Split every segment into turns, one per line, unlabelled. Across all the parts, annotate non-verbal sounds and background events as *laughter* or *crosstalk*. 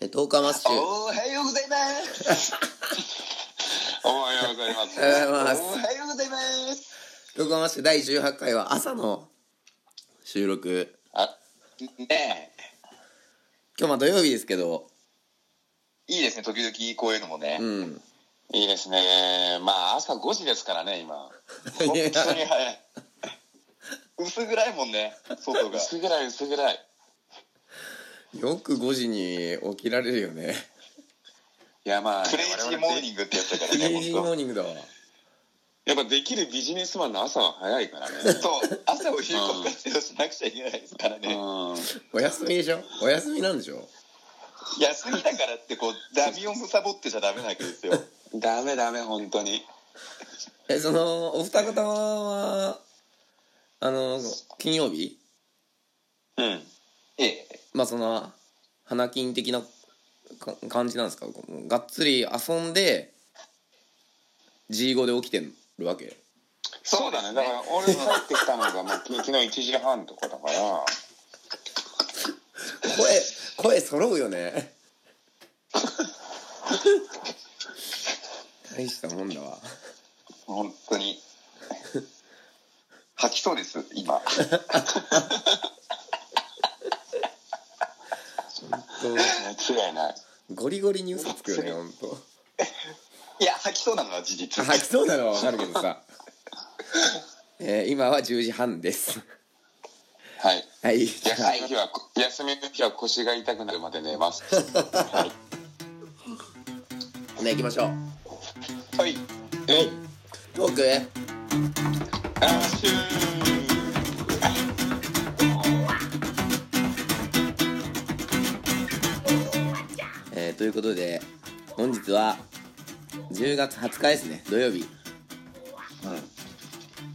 え10日マッシュ。
おはようございます。おはようございます。
おはようございます
おはようございます。
10日マッシュ第18回は朝の収録。
あ、ね
今日まあ土曜日ですけど、
え、いいですね、時々こういうのもね。
うん。
いいですね。まあ、朝5時ですからね、今。本当に早 *laughs* い。薄暗いもんね、外が。薄暗い、薄暗い。
よく5時に起きられるよね。
いやまあ
クレイジーモーニングってやつだか
ク
らね、
レイジーモー
本
ニングだわ。
やっぱできるビジネスマンの朝は早いからね
当。そう、朝を有効活用しなくちゃいけないですからね。
う
お休みでしょお休みなんでしょ
休みだからってこうダミをむさぼってちゃダメなわけですよ
んダメダメ本当に
え、その、お二方は、あの、金曜日
うん
ええ
まあその、花金的なか感じなんですかこうがっつり遊んで、G5 で起きてるわけ
そうだねだから俺帰ってきたのがもうき昨日1時半とかだから
声、声揃うよね。大したもんだわ。
本当
*laughs*
に吐きそうです今
ほん
間違いない
とゴリゴリに嘘つくよね、ほんと。
いや吐きそうなのは事実
吐きそうなのはわかるけどさ。えー今は10時半です。
はい
はい。じゃあ
休みの日は、休みの日は腰が痛くなるまで寝ますはい
ね行きましょう
はい
えい
トーク
あーシュー
えーということで本日は10月20日ですね土曜日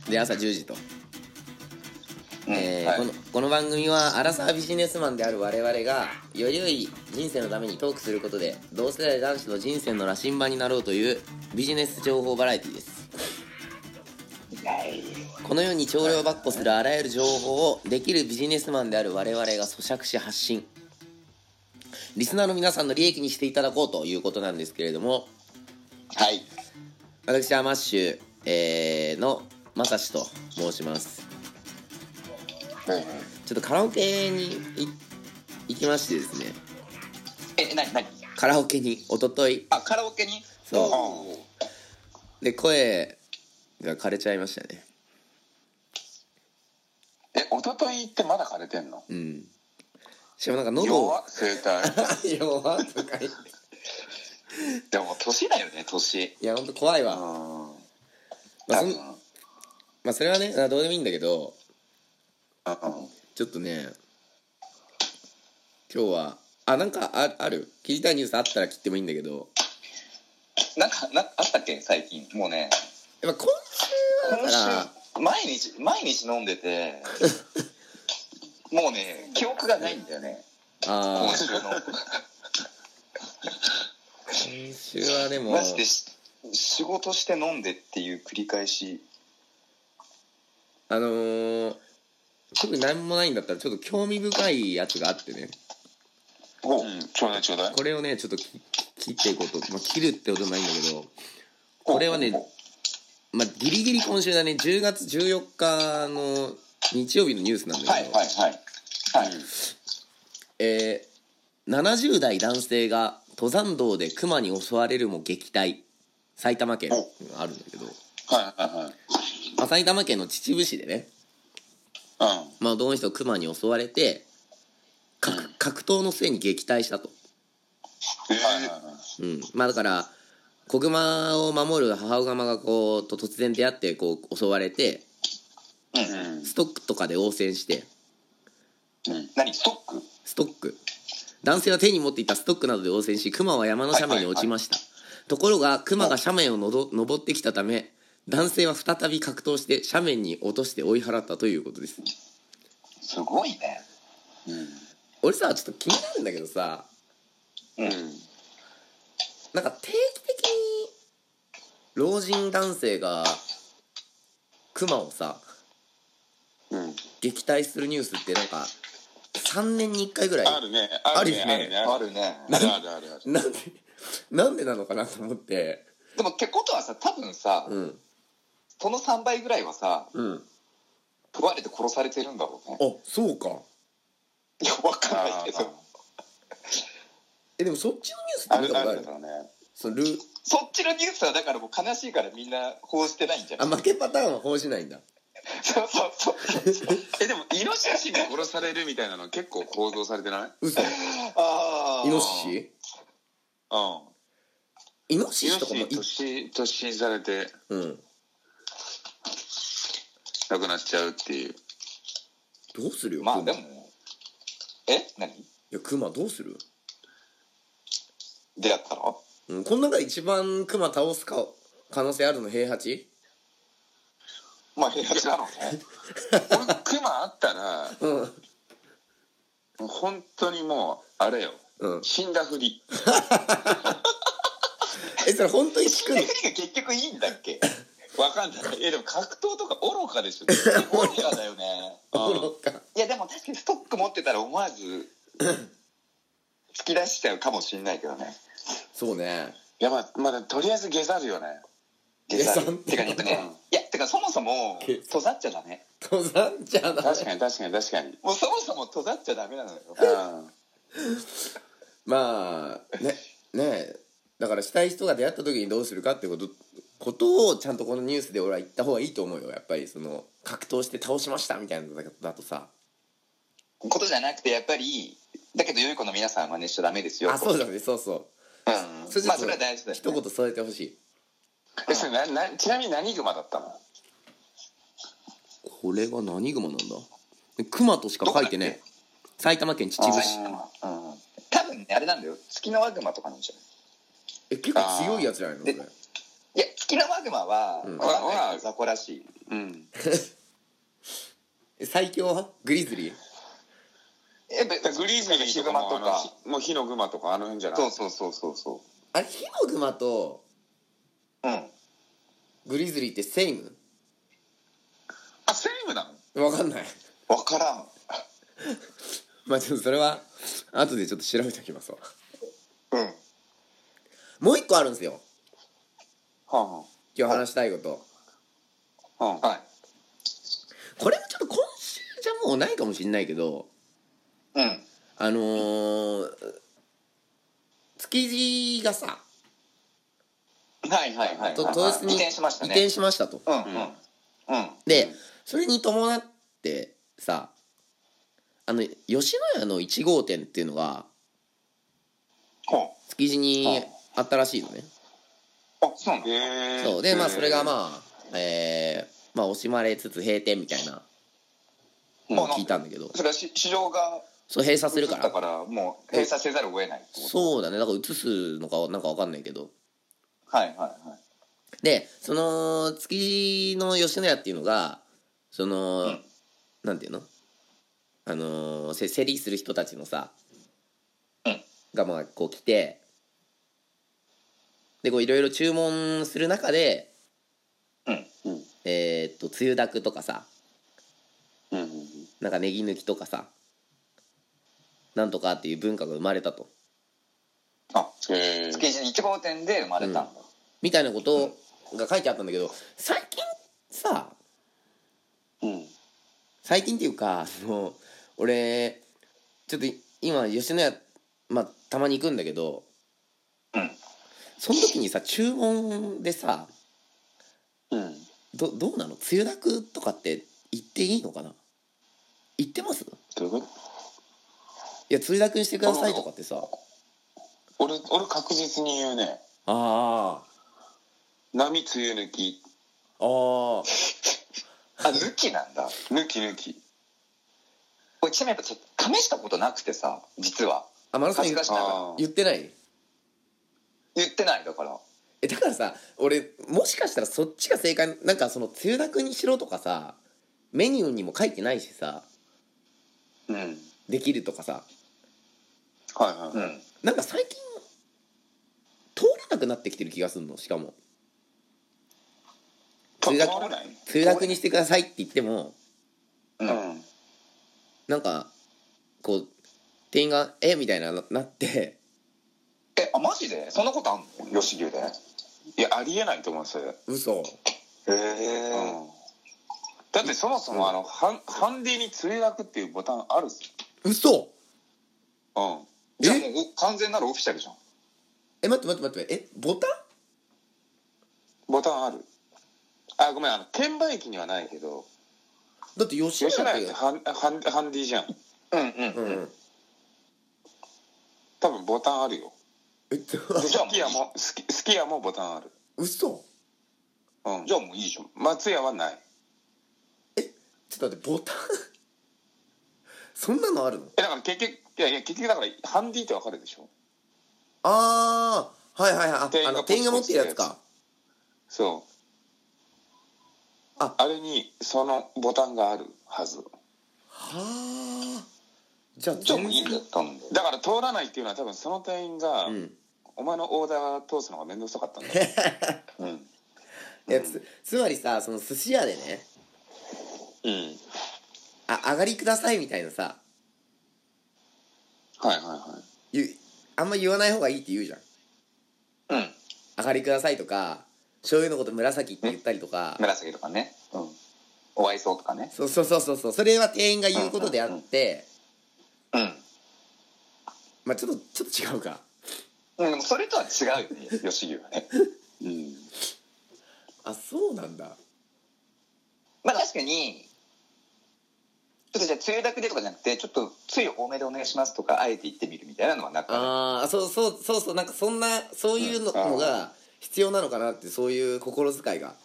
で朝10時と、
うん
えー
はい
このこの番組はアラサービジネスマンである我々がより良い人生のためにトークすることで同世代男子の人生の羅針盤になろうというビジネス情報バラエティですこのように長量ばっこするあらゆる情報をできるビジネスマンである我々が咀嚼し発信リスナーの皆さんの利益にしていただこうということなんですけれども
はい
私はマッシュ、えーのまさしと申します
はい
ちょっとカラオケにい行きましてですね
えなになに
カラオケに一昨日
あカラオケに
そう
おー
で声が枯れちゃいましたね
え一昨日ってまだ枯れてんの
うんしかもなんか喉を
弱っ声帯
*laughs*
*laughs*
弱とか言って
でも年だよね年
いやほんと怖いわ、
うん
まあ
多
そん
分
まあ、それはねあどうでもいいんだけどちょっとね今日はあなんかあある切りたいニュースあったら切ってもいいんだけど
なんかなんかあったっけ最近もうね
やっぱ今週はだ
今
から
週毎日毎日飲んでてもうね記憶がないんだよね
あ
今
ー
週の
今週はでも
マジでし仕事して飲んでっていう繰り返し
あのー、特に何もないんだったらちょっと興味深いやつがあってね
おうんちょうだいちょうだい
これをねちょっとき切っていこうと、まあ、切るってことないんだけどこれはねまあギリギリ今週だね10月14日の日曜日のニュースなんだけど、
はいはいはいはい
えー70代男性が登山道で熊に襲われるも撃退埼玉県あるんだけど、
はいはいはい
まあ、埼玉県の秩父市でね、
うん
まあ、どの人熊に襲われて格格闘の末に撃退したと、
えー
うん、まあだから子熊を守る母熊がこうと突然出会ってこう襲われて
うん
ストックとかで応戦して
何ストック
ストック男性は手に持っていたストックなどで応戦し熊は山の斜面に落ちました、ところが熊が斜面をのど登ってきたため男性は再び格闘して斜面に落として追い払ったということです
すごいね
俺さちょっと気になるんだけどさ
うん
なんか定期的に老人男性が熊をさ
うん
撃退するニュースってなんか3年に1回ぐらい
あるね
あ
あるねあ
る
る
ね
ねあ
あ
る
るね
あるあるあるある
なんでなんでなのかなと思って
でもってことはさ多分さ、
うん
その3倍ぐらいはさ
うん
食われて殺されてるんだろうね
あそうか
いやわかんない
あ
けど
えでもそっちの
あ
ニュースって見
る
たこと
あ
あ
る
る
だろうね
そのルー
そっちのニュースはだからもう悲しいからみんな報じてないんじゃな
あ
い
負けパターンは報じないんだ
そうそうそう
*laughs* えでもイノシシが殺されるみたいなの結構構造されてない
嘘
ああ
イノシシ
うん
イノシ
イノ
シとかもい
シシ突進されて
うん
亡くなっちゃうっていう
どうするよ
まあ
熊
で
い
もえ何
やクマどうする、
出会ったの
うん、この中で一番クマ倒すか可能性あるの平八
まあ平八なのね
俺クマあったら
うん
もう本当にもうあれよ
うん
死んだふり
えそれ本当に聞くの
国が結局いいんだっけ
わかんない
*laughs*
えでも格闘とか愚かでしょ
愚かだよね
愚か
いやでも確かにストック持ってたら思わ
*laughs*
ず突き出しちゃうかもしんないけどね
そうね
いやまあまだとりあえず下ざるよね
下山
てかねいやてかそもそも
下山
閉ざっちゃダメ
登山じゃない
確かに確かに確かに
もうそもそも閉ざっちゃダメなのよ
うん
まあ *laughs* ねねえだからしたい人が出会った時にどうするかってことことをちゃんとこのニュースで俺は言った方がいいと思うよやっぱりその格闘して倒しましたみたいなのだだとさ
ことじゃなくてやっぱりだけど良い子の皆さんは真似しちゃダメですよ
あそうだねそうそう
うん
それちょっと
まあそれは大事だよ、ね、
一言添えてほしい
えそれななちなみに何グマだったの
これが何熊なんだ熊としか書いて
どこ
ね埼玉県秩父市
うん多分ねあれなんだよ月のワグマとかなんじゃない
え結構強いやつじゃないのこれ
でいや月のワグマは、
うん
わかんないけど雑魚らしい
うん
え最強はグリズリー
えべ
グリズリー
ヒ
と
グ
か
マと
もあの
か
ひもう火のグマとかあの辺じゃない
そうそうそうそうそ
あれ火の熊と
ううん
グリズリーってセイム
あセイムなの
わかんない *laughs*
分からん
まあちょっとそれは後でちょっと調べておきますわ
うんは
もう一個あるんですよ
は
今日話したいこと
あはあ、はい
これもちょっと今週じゃもうないかもしんないけど
うん
あのー、築地がさ
はいはいはい
と
はい
豊洲に
移転しました
移転
ね
しましたと
うんうん
ん
うん
でそれに伴ってさあの吉野家の1号店っていうのが
ほ
築地にあったらしいのね
うあそうな
へ
の
え
そうでまあそれが
あ
まあえー、まあ惜しまれつつ閉店みたいなのを聞いたんだけど
それはし市場が
そう閉鎖す
移
る
っ
か
た
ら
からもう閉鎖せざるを得ないってこと
そうだねだから移すのかなんかわかんないけど
はいはいはい
でその築地の吉野家っていうのがその、
うん
なんていうのあのーせ競りする人たちのさ、
うん
がまあこう来てでこういろいろ注文する中で
うん
うん
えーっとつゆだくとかさ
うんうん
なんかネギ抜きとかさなんとかっていう文化が生まれたと
あ
へえ
築地に1号店で生まれたんだ
みたいなことが書いてあったんだけど最近さ
うん
最近っていうかその俺ちょっとい今吉野家、まあ、たまに行くんだけど
うん
その時にさ注文でさ
うん
どどうなのつゆだくとかって言っていいのかな言ってますい
どういうこと
やつゆだくにしてくださいとかってさ
俺俺確実に言うね
あ
波つゆ抜き
ああー
あ抜きなんだ
抜き抜き
俺ちなみにやっぱちょっと試したことなくてさ実は
あマラさん
恥ず
言
かしながら
あ
言ってない
言ってないだから
えだからさ俺もしかしたらそっちが正解なんかそのつゆだくにしろとかさメニューにも書いてないしさ
うんはい
できるとかさ
はい、
うん
なんか最近通らなくなってきてる気がするのしかも通学
通らない
通学にしてくださいって言っても
うん
うん
なんかこう店員が「えみたいなのなって
え、あ、マジでそんなことあんの
吉牛でいやありえないと思うんですよ、
嘘
へ
うんだってそもそもあの、ハンハンディに釣り楽っていうボタンあるっす
嘘
よ、
え。じゃあもうお完全なるオフィシャルじゃん。
え待って待って待ってえボタン
うん、ボタンあるあごめんあの券売機にはないけど
だって吉
吉
村
野
っ
家っててハンハンハンディじゃん
うんうん
う。ん
多分ボタンあるよ
えっと
でスキヤもスキスキヤもボタンある
嘘
うん
じゃあもういいじゃん。
松屋はない
ちょっと待ってボタン *laughs* そんなのあるの
えだから結局いやいや結局だからハンディってわかるでしょ
ああはいはいはい
店員
あ
が
あの
ポチポチ
店員が持ってるやつか
そう
あ
あれにそのボタンがあるはず
はあじゃあ
じゃあもういいんだよ
全。
頼んで。
だから通らないっていうのは多分その店員が、
然うん
お前のオーダー通すのが面倒くさかったんだようん
い *laughs* やつつまりさその寿司屋でね
うん
あ上がりくださいみたいなさ
はいはいはい
言うあんま言わない方がいいって言うじゃん
うん。
上がりくださいとか醤油のこと紫って言ったりとか
紫とかね。うん。お愛想とかね。
そうそうそうそうそうそれは店員が言うことであって
うん。
まあちょっとちょっと違うか
うん、でもそれとは違うよね。
吉牛はねうん
あそうなんだ
まあ確かに、ちょっとじゃあ、つゆだけでとかじゃなくて、ちょっとつゆ多めでお願いしますとか、あえて言ってみるみたいなのはなかなか
ああそうそうそうそうなんかそんなそういうの
うんあー
のが必要なのかなってそういう心遣いが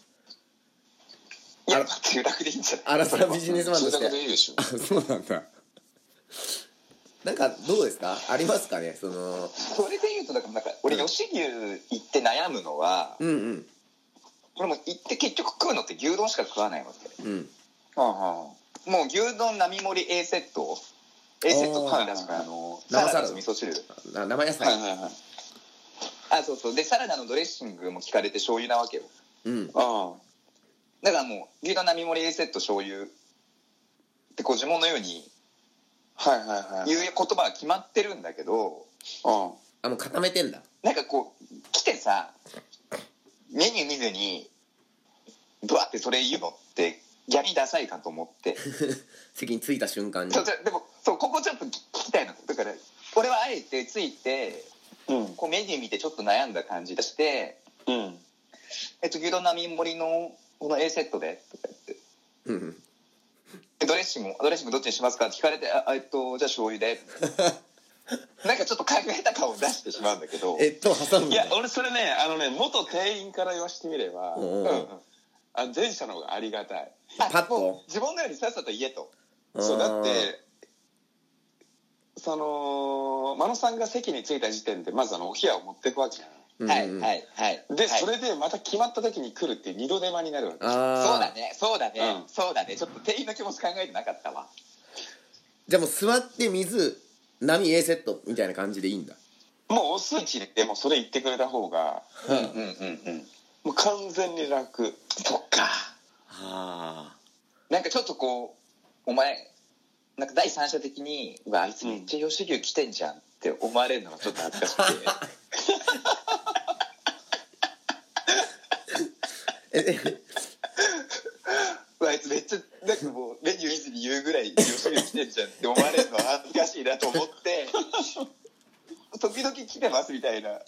いや、つゆだけでいいんじゃない
アラサービジネスマンと
通
し
宅で
て
いいでしょ
*laughs* あそうなんだなんかどうですかありますかねその
それで言うと、だからなんか、俺、吉牛行って悩むのは、
うんうん
これもう行って結局食うのって牛丼しか食わないわ
うん
ああ
け。もう牛丼並盛り A セット、A セットパンだから、あの、サラダと味噌汁。
な生野菜、
はいはいはい
あ、そうそう。で、サラダのドレッシングも聞かれて醤油なわけよ。
うん
ああ
だからもう、牛丼並盛り A セット醤油ってこう呪文のように
はいはいはい
言う言葉は決まってるんだけど、
うん
あもう固めてんだ
なんかこう、来てさ、メニュー見ずに、ブワってそれ言うのって、逆にダサいかと
*laughs*
思って。
席に着いた瞬間に
そうじゃでも、そう、ここちょっと聞きたいの。だから、俺はあえてついて、
うん
こうメニュー見てちょっと悩んだ感じ出して、
うん
えっと、牛丼並盛りのこの A セットで、とか言って。
うんうん
でドレッシングドレッシングどっちにしますかって聞かれて「ああえっとじゃあ醤
*laughs*
油で」なんかちょっと考えた顔を出してしまうんだけど
えっと挟むん
い
だ
や俺それねあのね元店員から言わしてみれば、
うんうん
あ前者の方がありがたい
あ
パッと
もう自分のよりさっさと言えと
そうだっ
あ
てその真野さんが席に着いた時点でまずあのお冷やを持っていくわけじゃん
ー
はい
うんうん
はいはい
で、
はい
それでまた決まった時に来るっていう二度手間になるわけ
あー
そうだねそうだね、
うん
そうだねちょっと店員の気持ち考えてなかったわ
じゃあもう座って水波 A セットみたいな感じでいいんだ
もうおスイッチでもうそれ言ってくれた方が
うんうんうんうん
もう完全に楽
そっか
はあ
なんかちょっとこうお前なんか第三者的に「うわあいつめっちゃ吉牛来てんじゃん」って思われるのがちょっと恥ずかしく
*laughs*
て
え
うわあいつめっちゃなんかもうメニュー見ずに言うぐらい吉牛来てんじゃんって思われるのは恥ずかしいなと思 *laughs* って時々来てますみたいな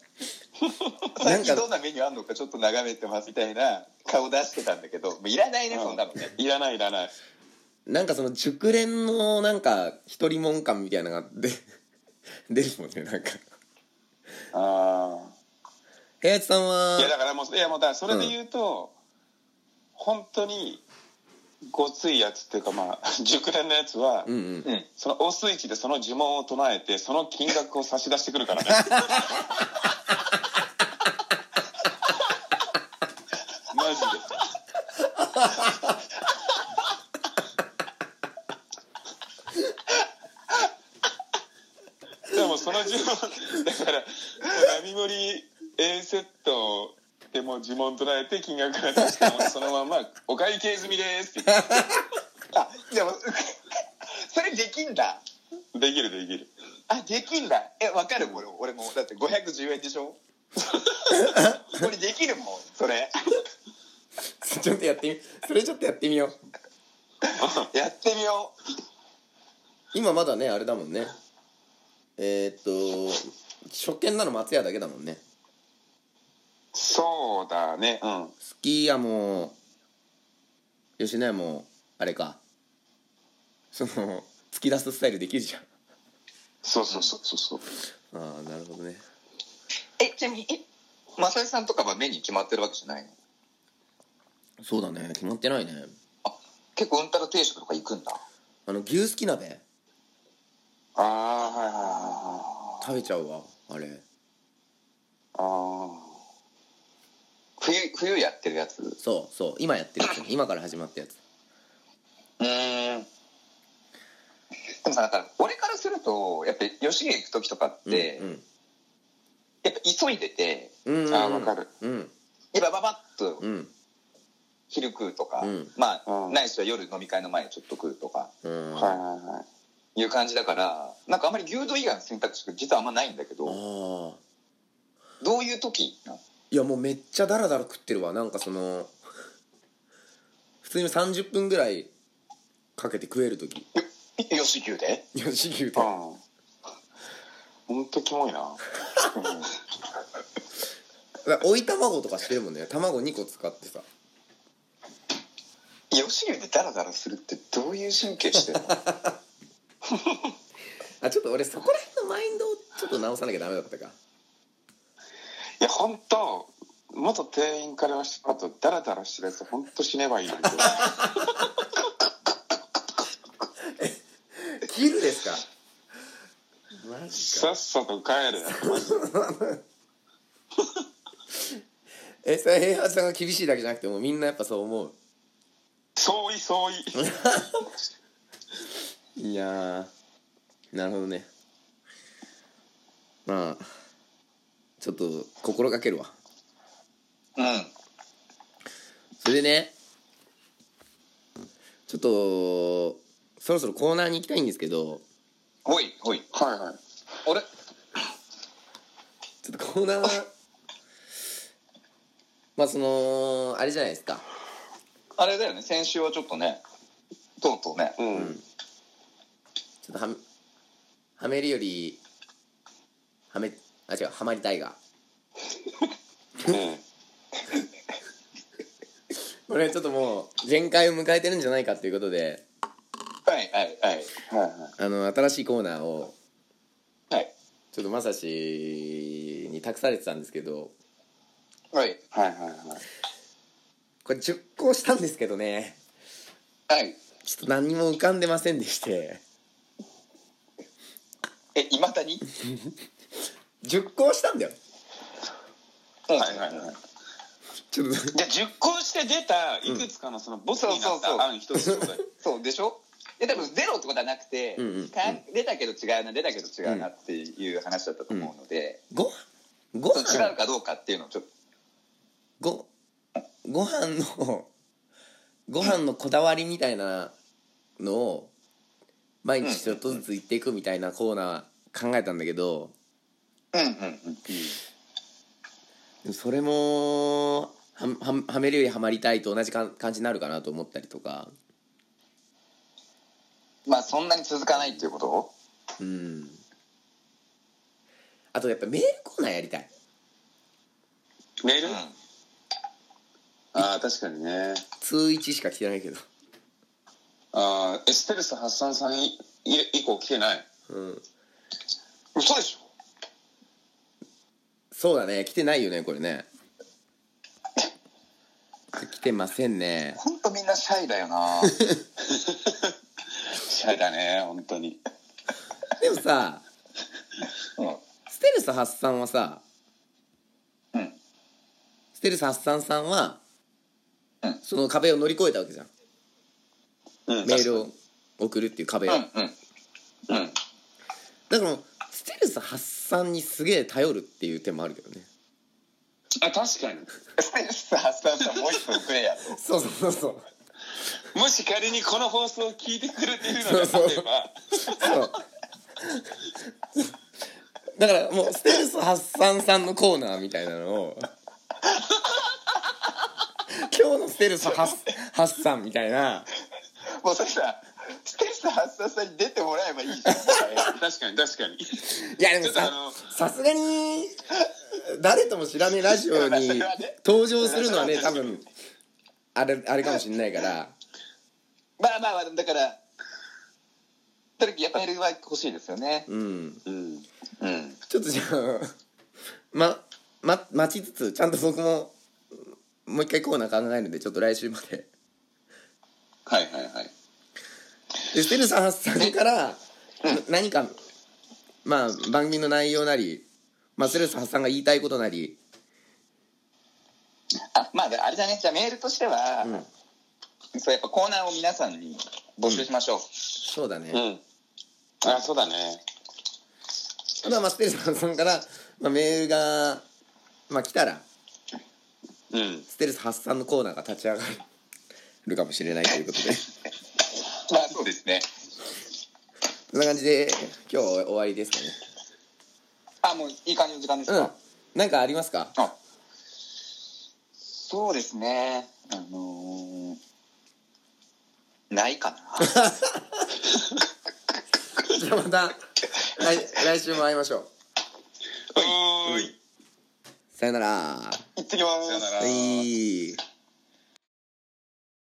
最近どんなメニューあんのかちょっと眺めてますみたいな顔出してたんだけどもういらないねそんなのね
いらないいらない
なんかその熟練のなんか一人もん感みたいなのが出 *laughs* 出るもんねなんか
ああ
平八さんはい
やだからもういやもうだからそれで言うと、本当にごついやつっていうかまあ *laughs* 熟練のやつは、
うんうん *laughs*
うん
そのオスイッチでその呪文を唱えてその金額を差し出してくるから
*laughs*
ねマジででもその呪文だからもう並盛り A セットでもう呪文捉えて金額が出してもそのまま「お会
*laughs*
計済みです」って言って
あでもそれできんだ
できるできる
あできんだえわかるこれ俺もだって510円でし
*laughs*
ょこれできるもんそれ
ちょっとやってみそれちょっとやってみよう
*laughs*
やってみよ
今まだねあれだもんねえー、っと初見なの松屋だけだもんね
そうだねうん
スキー屋も吉野家もあれかその突き出すスタイルできるじゃん
そうそうそうそうそう
ああなるほどね
うえちなみにえマサイさんとかはメニュー決まってるわけじゃないの
そうだね決まってないね
結構うんたら定食とか行くんだ
あの牛すき鍋
ああはいはいはいはい
食べちゃうわあれ
ああ
冬冬やってるやつう
そうそう今やってるやつね今から始まったやつ
ーんでもさなんか俺からするとやっぱり吉家行く時とかって、
うん
やっぱ急いでて
うんうん
あーわかる
うん
やっぱババッと
うん
昼食うとか、
うん
まあ、
うん
ないしは夜飲み会の前にちょっと食うとか
うん
はい
あ
はいはい
いう感じだからなんかあんまり牛丼以外の選択肢が実はあんまないんだけど
あ
どういう時なの
いやもうめっちゃダラダラ食ってるわなんかその普通に30分ぐらいかけて食える時
よし牛で
吉牛で
うんほんとキモいな
追い卵とかしてるもんね卵2個使ってさ
よし牛でダラダラするってどういう神経
*laughs*
してるの
あちょっと俺そこら辺のマインドをちょっと直さなきゃダメだったか
いや本当元店員からしたとダラダラしてるやつ本当死ねばいい *laughs* のに
切るですかマジ
さっさと帰れ
えそれ平八さんが厳しいだけじゃなくてもうみんなやっぱそう思う
そういそうい
いやーなるほどねまあちょっと心がけるわ
うん
それでねちょっとそろそろコーナーに行きたいんですけど
ほいほい
はいはい
あれ
ちょっとコーナ *laughs* ーはまあそのあれじゃないですか
あれだよね先週はちょっとねとうとうね
うん、
ちょっとはめはめるよりはめあ違うはまりたいが
ね
これちょっともう限界を迎えてるんじゃないかということで
はいはいはい
えはいはい
あの新しいコーナーを
はい
ちょっとまさしに託されてたんですけど
はい
はいはいはい
これ10個したんですけどね
はい
ちょっと何も浮かんでませんでして
えいまだに
10個したんだよ
はいはいはい
ちょっと
じゃあ10個して出たいくつかのそのボスになった案一つちょうだい
そうでしょで多分ゼロってことはなくて、
うんうん
かん出たけど違うな出たけど違うなっていう話だったと思うので、
ごご
その違う
飯
かどうかっていうのをちょっと
ごご飯のご飯のこだわりみたいなのを毎日ちょっとずつ言っていくみたいなコーナー考えたんだけど
うんうんうん
でもそれもはははめるよりはまりたいと同じか感じになるかなと思ったりとか
まあそんなに続かないっていうこと
うんあとやっぱメールコーナーやりたい
メール、
うん
ああ確かにね
通1しか来てないけど
あーエステルス発散さんいい以降来てない
うん
嘘でしょ
そうだね来てないよねこれね来てませんね
ほんとみんなシャイだよ *laughs* な
シャイだね本当に
でも *laughs* さ
うん
ステルス発散はさ
うん
ステルス発散さんは、
うん
その壁を乗り越えたわけじゃん
うん
メールを送るっていう壁を、
うんうん
だからもうステルス発散にすげえ頼るっていう手もあるけどね
あ確かに
ステルス発散さんもう一分くれやと
そうそうそうそう
もし仮にこの放送を聞いてくれてるのであれば
そうだからもうステルス発散さんのコーナーみたいなのを今日のステルス発発散みたいな
もうそれさステルス発散さんに出てもらえばいいじゃん
*laughs* 確かに確かに
いやでも
ちょっ
さ
とあの
さすがに誰とも知らねえラジオに登場するのはね多分あれあれかもしんないから
まあまあまあだからとにかくやっぱりは欲しいですよね
うん
うん
うん
ちょっとじゃあまま待ちつつちゃんと僕ももう一回コーナー考えるんでちょっと来週まで
はいはいはい
でステルス発散から何かまあ番組の内容なり、まあ、ステルス発散が言いたいことなり
あ *laughs* まああれだねじゃあメールとしては、
うん
そうやっぱコーナーを皆さんに募集しましょう、
そうだね、
うんあそうだね
あとはまあステルス発散から、まあ、メールが、まあ、来たら
うん
ステルス発散のコーナーが立ち上がるかもしれないということで
まあそうですね
そんな感じで今日終わりですかね
あもういい感じの時間ですか、
うんなんかありますか
あそうですねあのーないかな *laughs*
じゃあまた来来週も会いましょう
おーい
さよなら
いってきます
さよなら
はい